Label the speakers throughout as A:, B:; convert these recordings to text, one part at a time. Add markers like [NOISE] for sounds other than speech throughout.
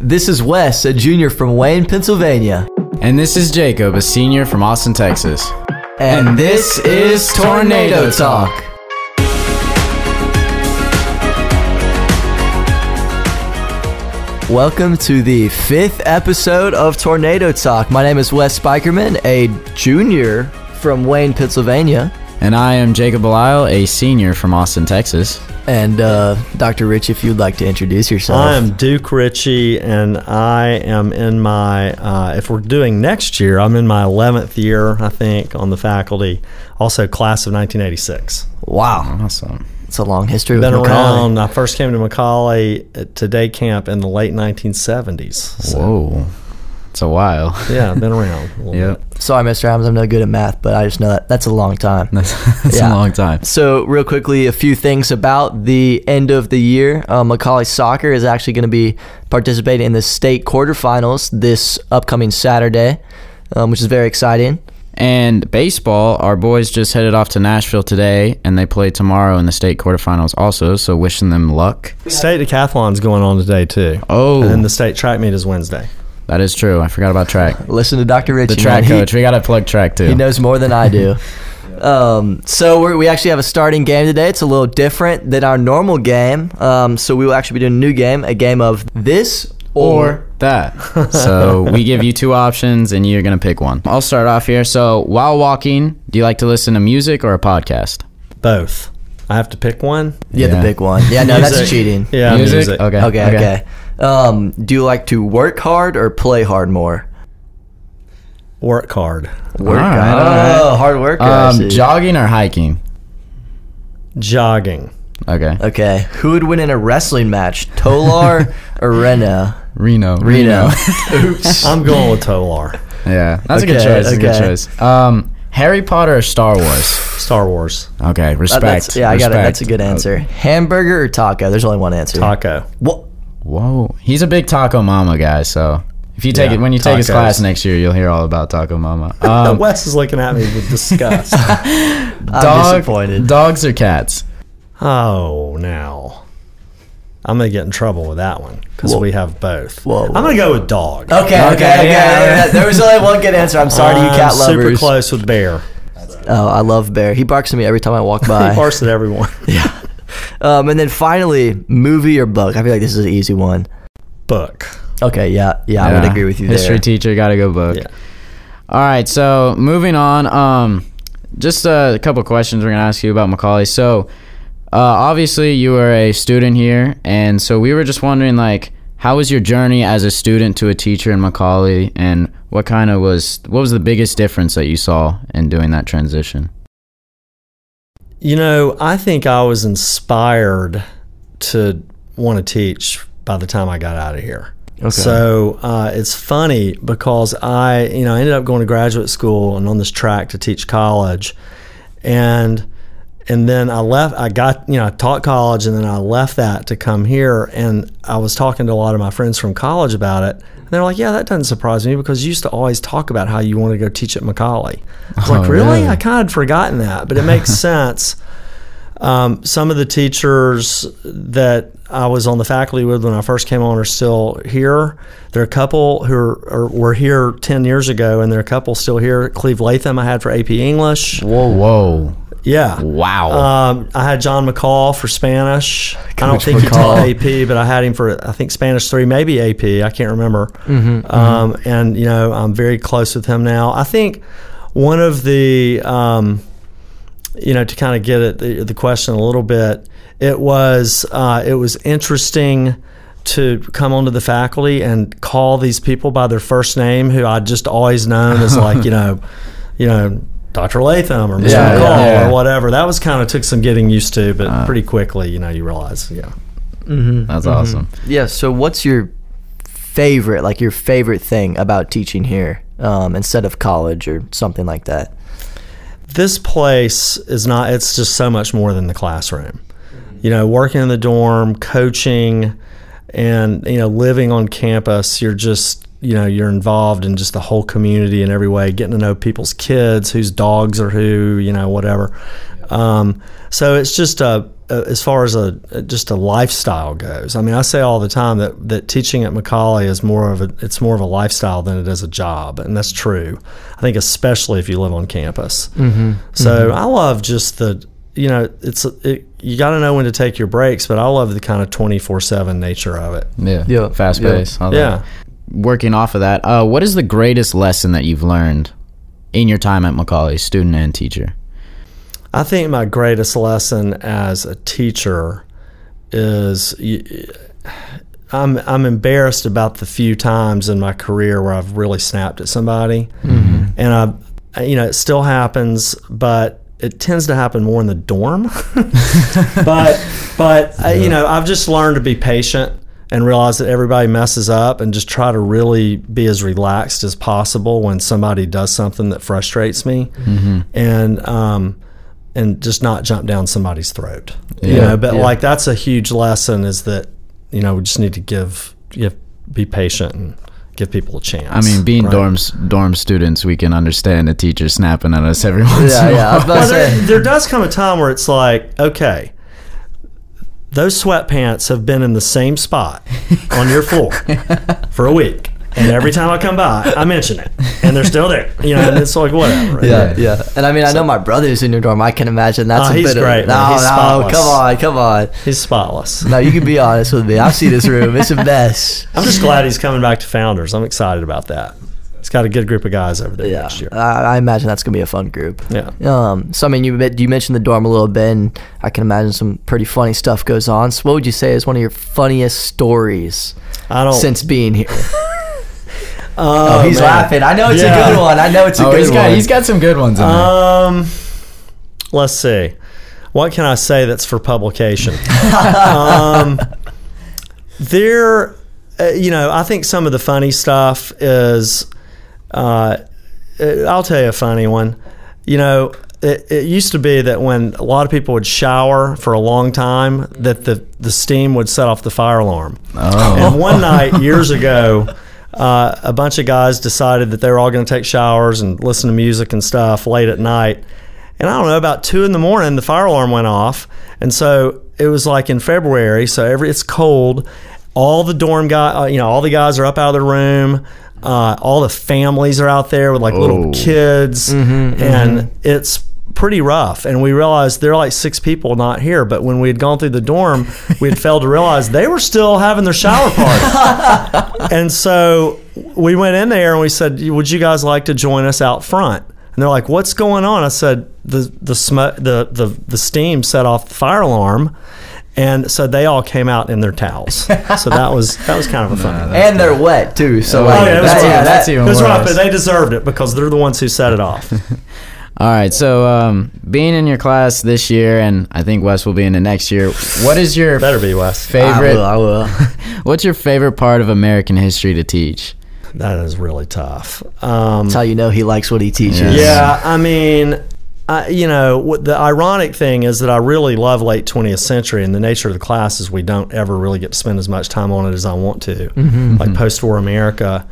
A: This is Wes, a junior from Wayne, Pennsylvania.
B: And this is Jacob, a senior from Austin, Texas.
A: And,
B: this is Tornado Talk.
A: Welcome to the fifth episode of Tornado Talk. My name is Wes Spikerman, a junior from Wayne, Pennsylvania.
B: And I am Jacob Belisle, a senior from Austin, Texas.
A: And uh, Dr. Rich, if you'd like to introduce yourself.
C: I am Duke Ritchie, and I am in my, uh, if we're doing next year, I'm in my 11th year, I think, on the faculty. Also, class of 1986.
A: wow,
B: Awesome.
A: it's a long history.
C: Been
A: with Macaulay.
C: around, I first came to Macaulay at- to day camp in the late 1970s. So,
B: Whoa. It's a while.
C: yeah, been around. a
B: [LAUGHS]
C: little
B: Yep. [LAUGHS]
A: Sorry, Mr. Adams, I'm no good at math, but I just know that that's a long time.
B: That's, that's
A: Yeah.
B: a long time.
A: So, real quickly, a few things about the end of the year. Uh, Macaulay Soccer is actually going to be participating in the state quarterfinals this upcoming Saturday, um, which is very exciting.
B: And baseball, our boys just headed off to Nashville today, and they play tomorrow in the state quarterfinals also, so wishing them luck.
C: bit. State decathlon's going on today, too.
B: Oh,
C: And then the state track meet is Wednesday.
B: that is true. I forgot about [LAUGHS] track.
A: Listen to Dr. Richie.
B: The
A: man.
B: track
A: He-
B: coach. We got to plug track too.
A: He knows more than I [LAUGHS] do. um, so we're, we actually have a starting game today. It's a little different than our normal game. Um, so we will actually be doing a new game, a game of this or.
B: or that. So we give you two options and you're going to pick one. I'll start off here. So while walking, do you like to listen to music or a podcast?
C: Both. I have to pick one.
A: Yeah, the
B: Yeah.
A: big one. Yeah, [LAUGHS] no, that's
C: Music.
A: cheating.
C: Yeah,
B: music?
C: music.
B: Okay.
A: Okay, okay. Um, do you like to work hard or play hard more?
C: Work hard.
A: Work
B: All right,
A: hard.
B: all
A: Oh, hard worker. I see.
B: Um, jogging or hiking? [LAUGHS]
C: Jogging.
B: Okay.
A: okay, who would win in a wrestling match, Tolar
B: [LAUGHS]
A: or Rena?
B: Reno.
A: Reno. [LAUGHS] Oops.
C: I'm going with Tolar.
B: yeah. That's a good
A: Okay,
B: choice. That's a
A: okay.
B: good choice. Um, Harry Potter or Star Wars?
C: Star Wars.
B: Okay. Respect.
A: Uh, That's, yeah, I got it.
B: respect.
A: That's a good answer. Hamburger or taco? There's only one answer.
C: Taco.
A: What?
B: Uh, Whoa. He's a big Taco Mama guy, so. If you take
C: Yeah,
B: it when you take his
C: tacos.
B: class next year, you'll hear all about Taco Mama.
A: [LAUGHS]
B: Um,
C: [LAUGHS] Wes is looking at me with disgust.
B: dog-
A: disappointed.
B: Dogs or cats?
C: oh, now. I'm going to get in trouble with that one because
A: Whoa.
C: we have both.
A: Whoa, whoa,
C: I'm going to go with dog.
A: Okay, okay, okay.
B: yeah. Uh,
A: There was only one good answer. I'm Oh, sorry to you,
C: I'm
A: cat lovers.
C: super close with bear.
A: Oh, I love Bear. He barks at me every time I
B: [LAUGHS]
A: walk
C: He
A: by.
C: barks at
A: [LAUGHS]
C: everyone.
A: um, and then finally, movie or book. I feel like this is an easy one.
C: Book.
A: Okay, yeah, yeah, I would
B: Yeah.
A: agree with you
B: History
A: there.
B: teacher, gotta go book.
C: Yeah.
B: All right, so moving on. Um, just uh, a couple questions we're gonna ask you about Macaulay. So, uh, obviously you were a student here, and so we were just wondering, like, how was your journey as a student to a teacher in Macaulay, and what kind of was what was the biggest difference that you saw in doing that transition?
C: You know, I think I was inspired to want to teach by the time I got out of here.
A: Okay.
C: So uh, it's funny because I, you know, I ended up going to graduate school and on this track to teach college, and and then I left. I got, you know, I taught college, and then I left that to come here. And I was talking to a lot of my friends from college about it, and they're like, "Yeah, that doesn't surprise me because you used to always talk about how you wanted to go teach at Macaulay." I was like,
B: Oh,
C: "Really?
B: really?
C: I kind of forgotten that, but it makes sense." Um, some of the teachers that I was on the faculty with when I first came on are still here. There are a couple who are, are, were here 10 years ago, and there are a couple still here. Cleve Latham, I had for AP English.
B: Whoa, whoa,
C: Yeah.
B: wow!
C: Um, I had John McCall for Spanish. I don't think he taught AP, but I had him for I think Spanish three, maybe AP. I can't remember. um, And you know, I'm very close with him now. I think one of the um, you know to kind of get at the, the question a little bit, it was uh, it was interesting. To come onto the faculty and call these people by their first name, who I just always known
B: [LAUGHS]
C: as like you know, you know, Dr. Latham or Mr.
B: Yeah,
C: McCall
B: yeah, yeah. Uh.
C: or whatever. That was kind of took some getting used to, but pretty quickly, you know, you realize, yeah.
B: That's awesome.
A: yeah. So, what's your favorite, like your favorite thing about teaching here um, instead of college or something like that?
C: This place is not, it's just so much more than the classroom. You know, working in the dorm, coaching, and, you know, living on campus, you're just, you know, you're involved in just the whole community in every way, getting to know people's kids, whose dogs are who, you know, whatever. Um, so it's just a, a uh, as far as a uh, just a lifestyle goes. I mean, I say all the time that that teaching at Macaulay is more of a it's more of a lifestyle than it is a job, and that's true. I think especially if you live on campus. So I love just the you know it's it, you got to know when to take your breaks, but I love the kind of twenty four seven nature of it.
B: Yeah.
A: Yeah.
B: Fast
A: Yeah.
B: pace. all that.
C: Yeah.
B: Working off of that, uh, what is the greatest lesson that you've learned in your time at Macaulay, student and teacher?
C: I think my greatest lesson as a teacher is y- I'm I'm embarrassed about the few times in my career where I've really snapped at somebody, and I, you know, it still happens, but it tends to happen more in the dorm. [LAUGHS] but but I, you know, I've just learned to be patient and realize that everybody messes up, and just try to really be as relaxed as possible when somebody does something that frustrates me, and um, and just not jump down somebody's throat. You
B: Yeah.
C: know, but like that's a huge lesson is that you know we just need to give give be patient and give people a chance.
B: I mean, being
C: right?
B: dorms dorm students, we can understand a teacher snapping at us every [LAUGHS]
A: [LAUGHS]
B: once
A: Yeah,
B: in a
A: yeah. I
B: while.
A: was about to [LAUGHS]
C: Well, there,
A: say.
C: there does come a time where it's like, okay, those sweatpants have been in the same spot on your floor for a week. And every time I come by, I mention it, and they're still there. You know, and it's like whatever.
A: Yeah, yeah, and I mean, I know my brother's in your dorm. I can imagine that's
C: Oh,
A: a
C: he's
A: bit
C: great,
A: of
C: man.
A: no,
C: He's
A: no.
C: spotless.
A: Come on, come on.
C: He's spotless.
A: No, you can be honest with me. I see this room; it's a mess.
C: I'm just glad he's coming back to Founders. I'm excited about that. He's got a good group of guys over
A: [LAUGHS]
C: there
A: Yeah, Uh,
C: next year.
A: I, I imagine that's gonna be a fun group.
C: Yeah.
A: Um, so I mean, you met- you mentioned the dorm a little bit, and I can imagine some pretty funny stuff goes on. So, what would you say is one of your funniest stories
C: I don't.
A: since being here?
C: oh, man.
A: I know
C: it's a Yeah. good one.
A: I know it's
B: [LAUGHS] Oh, he's got he's got some good ones in there.
C: Um, let's see. What can I say that's for publication? um, there, uh, you know, I think some of the funny stuff is, uh, uh, I'll tell you a funny one. You know, it, it used to be that when a lot of people would shower for a long time, that the, the steam would set off the fire alarm. And
B: Oh,
C: [LAUGHS] one night years ago, uh, a bunch of guys decided that they were all going to take showers and listen to music and stuff late at night. And I don't know, about two in the morning, the fire alarm went off, and so it was like in February, so every it's cold. All the dorm guy, uh, you know, all the guys are up out of their room. Uh, all the families are out there with like
B: Oh.
C: little kids,
B: Mm-hmm,
C: and it's pretty rough. And we realized there are like six people not here, but when we had gone through the dorm, we had failed to realize they were still having their shower
B: [LAUGHS]
C: party. and so we went in there and we said, "Would you guys like to join us out front?" And they're like, "What's going on?" I said, "The the smoke, the the the steam set off the fire alarm." And so they all came out in their towels. So that was that was kind of
B: [LAUGHS]
C: a funny.
A: and they're wet too. So
B: Oh,
A: like,
B: yeah,
C: it was
A: that-
C: rough.
A: yeah, that-
B: that's even
C: It was rough,
B: worse.
C: but they deserved it because they're the ones who set it off.
B: all right. So, um, being in your class this year, and I think Wes will be in it next year. What is your
C: Better be Wes.
B: favorite?
A: I will. [LAUGHS] I will.
B: What's your favorite part of American history to teach?
C: That is really tough. Um,
A: That's how you know he likes what he teaches.
C: yeah, I mean, I, you know, what the ironic thing is that I really love late 20th century, and the nature of the class is we don't ever really get to spend as much time on it as I want to, like post-war America.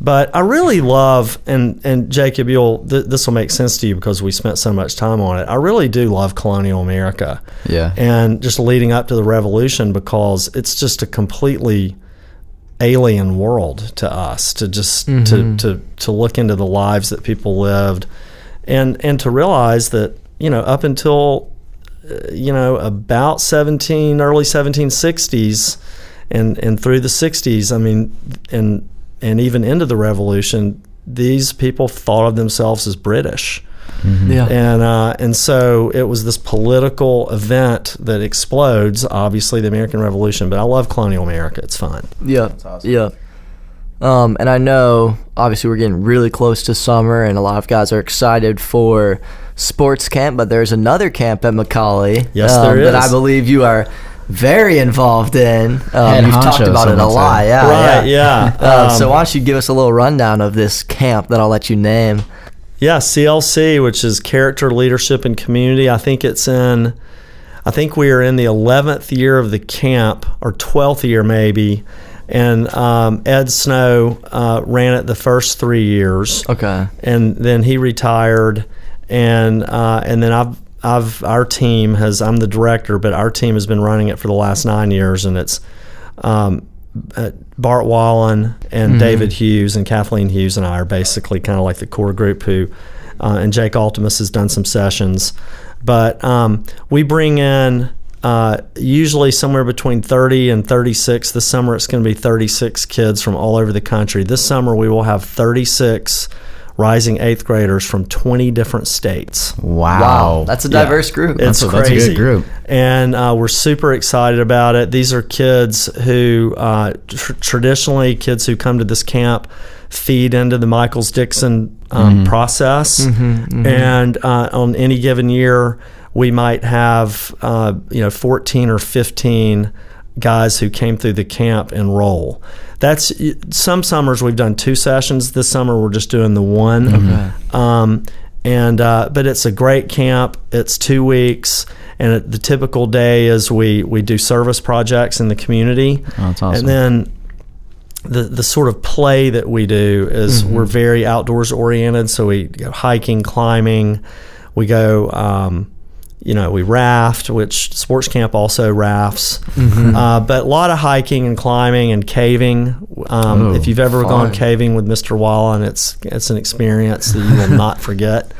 C: But I really love, and and Jacob, you'll th- this will make sense to you because we spent so much time on it. I really do love colonial America.
B: Yeah.
C: and just leading up to the revolution because it's just a completely alien world to us to just to, to to look into the lives that people lived and and to realize that you know up until uh, you know about 17 early 1760s and and through the 60s I mean and and even into the revolution these people thought of themselves as British
A: Yeah.
C: and uh, and so it was this political event that explodes. Obviously, the American Revolution, but I love colonial America. It's fun.
A: Yeah. Yeah. Um, and I know, obviously, we're getting really close to summer, and a lot of guys are excited for sports camp. But there's another camp at Macaulay. um,
C: Yes, there
A: That I
C: is.
A: believe you are very involved in. Um,
B: Head
A: you've
B: honcho,
A: talked about it a
B: someone
A: lot.
B: said.
A: Oh, Yeah.
C: right?
A: Yeah. [LAUGHS]
C: Yeah.
A: Uh,
C: Um,
A: so why don't you give us a little rundown of this camp that I'll let you name?
C: Yeah, CLC, which is Character, Leadership, and Community. I think it's in, I think we are in the 11th year of the camp, or 12th year maybe. And um, Ed Snow uh, ran it the first three years.
A: Okay.
C: and then he retired, and uh, and then I've I've our team has I'm the director, but our team has been running it for the last nine years, and it's um, uh, Bart Wallen and David Hughes and Kathleen Hughes and I are basically kind of like the core group who, uh, and Jake Altimus has done some sessions, but um, we bring in. Uh, usually somewhere between 30 and 36. This summer it's going to be 36 kids from all over the country. This summer we will have 36 rising eighth graders from 20 different states.
B: Wow.
A: That's a
C: Yeah.
A: diverse group.
C: It's
B: That's a- that's a
C: crazy.
B: good group.
C: And uh, we're super excited about it. These are kids who uh, tr- traditionally, kids who come to this camp feed into the Michaels Dixon um,
B: Mm-hmm.
C: process. And uh, on any given year, we might have uh, you know 14 or 15 guys who came through the camp enroll. That's some summers we've done two sessions. This summer we're just doing the one. Um, and uh, but it's a great camp. It's two weeks, and it, the typical day is we we do service projects in the community.
B: Oh, that's awesome.
C: And then the the sort of play that we do is
A: Mm-hmm.
C: we're very outdoors oriented. So we go hiking, climbing. We go, um, you know, we raft, which sports camp also rafts.
A: Mm-hmm.
C: Uh, but a lot of hiking and climbing and caving. Um,
A: Oh,
B: Ooh,
C: if you've ever
A: fun.
C: gone caving with Mr. Wallen, it's it's an experience that you
A: [LAUGHS]
C: will not forget.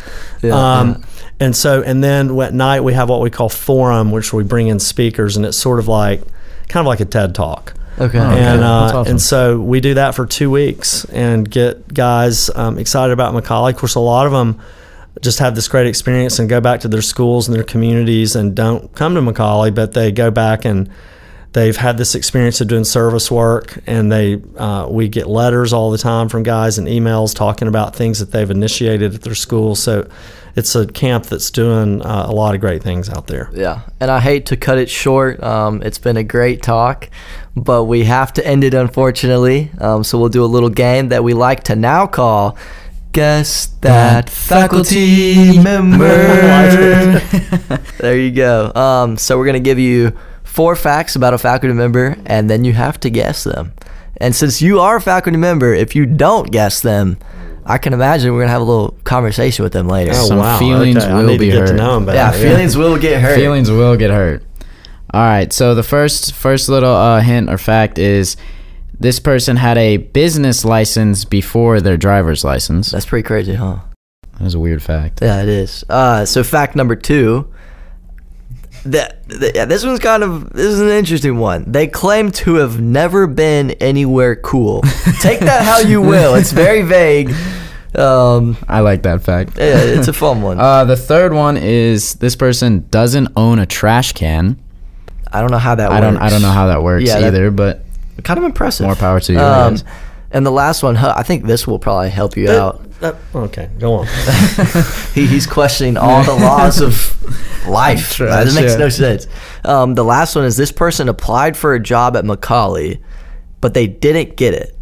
A: Yeah,
C: um, And so, and then at night we have what we call forum, which we bring in speakers, and it's sort of like, kind of like a TED talk.
A: okay.
C: And, uh,
B: That's awesome.
C: and so we do that for two weeks and get guys um, excited about Macaulay. Of course, a lot of them just have this great experience and go back to their schools and their communities and don't come to Macaulay, but they go back and they've had this experience of doing service work. And they uh, we get letters all the time from guys and emails talking about things that they've initiated at their school. So it's a camp that's doing uh, a lot of great things out there.
A: Yeah, and I hate to cut it short. Um, it's been a great talk, but we have to end it unfortunately. Um, so we'll do a little game that we like to now call Guess That Faculty Member. [LAUGHS] there you go. Um, so we're going to give you four facts about a faculty member, and then you have to guess them. And since you are a faculty member, if you don't guess them, I can imagine we're going to have a little conversation with them later.
C: Oh,
B: Some feelings
C: I
B: will
C: need
B: be
C: to get to
B: hurt.
C: know 'em better.
A: yeah, feelings will get hurt.
B: Feelings will get hurt. All right. So the first first little uh, hint or fact is this person had a business license before their driver's license.
A: That's pretty crazy, huh?
B: That was a weird fact.
A: Yeah, it is. Uh, so fact number two. That, that- yeah, this one's kind of this is an interesting one. They claim to have never been anywhere
B: [LAUGHS]
A: cool. Take that how you will. It's very vague. Um,
B: I like that fact.
A: yeah, it's a fun one.
B: [LAUGHS] Uh, the third one is this person doesn't own a trash can.
A: I don't know how that.
B: I don't.
A: works.
B: I don't know how that works
A: Yeah, that-
B: either. but
A: Kind of impressive.
B: more power to you. I
A: Um,
B: guess.
A: and the last one, huh, I think this will probably help you out.
C: Uh, okay, go [LAUGHS] on.
A: He, he's questioning all the laws [LAUGHS] of life.
B: Trash,
A: that makes
B: yeah.
A: no sense. Um, the last one is this person applied for a job at Macaulay, but they didn't get it.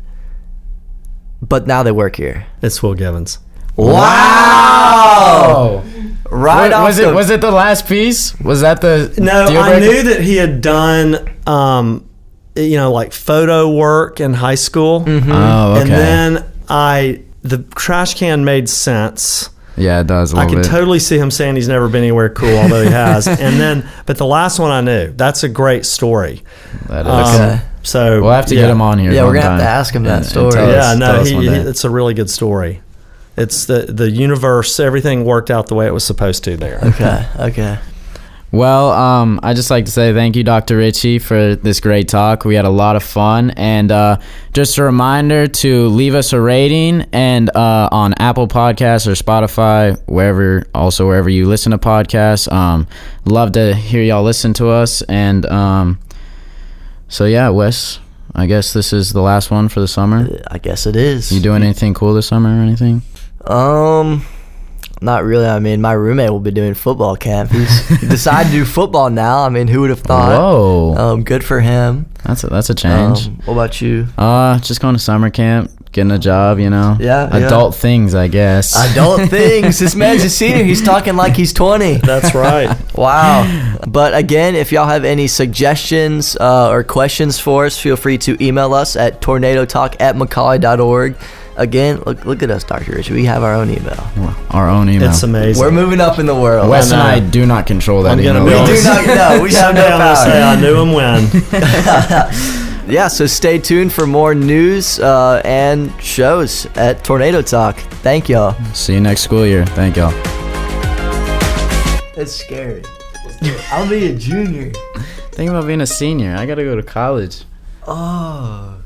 A: But now they work here.
C: It's Will Givens.
A: Wow!
B: Oh,
A: Right off
B: was
A: the
B: it? Was it the last piece? Was that the
C: No,
B: deal
C: I
B: breaker?
C: knew that he had done, um, you know, like photo work in high school,
B: Oh, okay.
C: and then I the trash can made sense.
B: yeah, it does a
C: I
B: little
C: can
B: bit.
C: totally see him saying he's never been anywhere cool, although
B: [LAUGHS]
C: he has. And then, but the last one I knew. That's a great story.
B: That is-
C: Um,
A: Okay.
C: So
B: We'll have to
C: yeah.
B: get him on here.
A: Yeah, we're
B: one
A: gonna have
B: time.
A: to ask him that
B: And- and
A: story.
B: tell us-
C: Yeah,
B: tell
C: no,
B: us
C: he,
B: one
C: he-
B: day.
C: it's a really good story. It's the the universe. Everything worked out the way it was supposed to there.
A: [LAUGHS] Okay, okay.
B: Well, um, I just like to say thank you, Dr. Ritchie, for this great talk. We had a lot of fun, and uh, just a reminder to leave us a rating and uh, on Apple Podcasts or Spotify, wherever, also wherever you listen to podcasts. Um, love to hear y'all listen to us, and um, so yeah, Wes, I guess this is the last one for the summer.
A: I guess it is.
B: You doing anything cool this summer or anything?
A: Um, not really. I mean, my roommate will be doing football camp. [LAUGHS] He's decided to do football now. I mean, who would have thought?
B: Whoa,
A: Um, good for him.
B: that's a, that's a
A: Um,
B: change.
A: what about you?
B: Uh, just going to summer camp, getting a job, you know.
A: Yeah, yeah.
B: Adult things, I guess.
A: Adult things. This man's a senior. He's talking like he's 20.
C: That's
B: [LAUGHS]
C: right.
A: [LAUGHS] Wow. But again, if y'all have any suggestions uh, or questions for us, feel free to email us at tornadotalk at macaulay.org. Again, look look at us, Dr. Rich. We have our own email.
B: Our own email.
C: It's amazing.
A: We're moving up in the world. Uh,
B: Wes and
C: I
B: I
C: know.
B: do not control that
C: I'm gonna
B: email.
C: be
A: we
C: honest.
A: do not know.
C: [LAUGHS]
A: We have no
C: Someday I'm gonna say
A: power.
C: I knew him when.
A: Yeah, so stay tuned for more news uh, and shows at Tornado Talk. Thank y'all.
B: See you next school year. Thank y'all.
A: That's [LAUGHS] scary. I'll be a junior.
B: Think about being a senior. I gotta go to college.
A: Oh.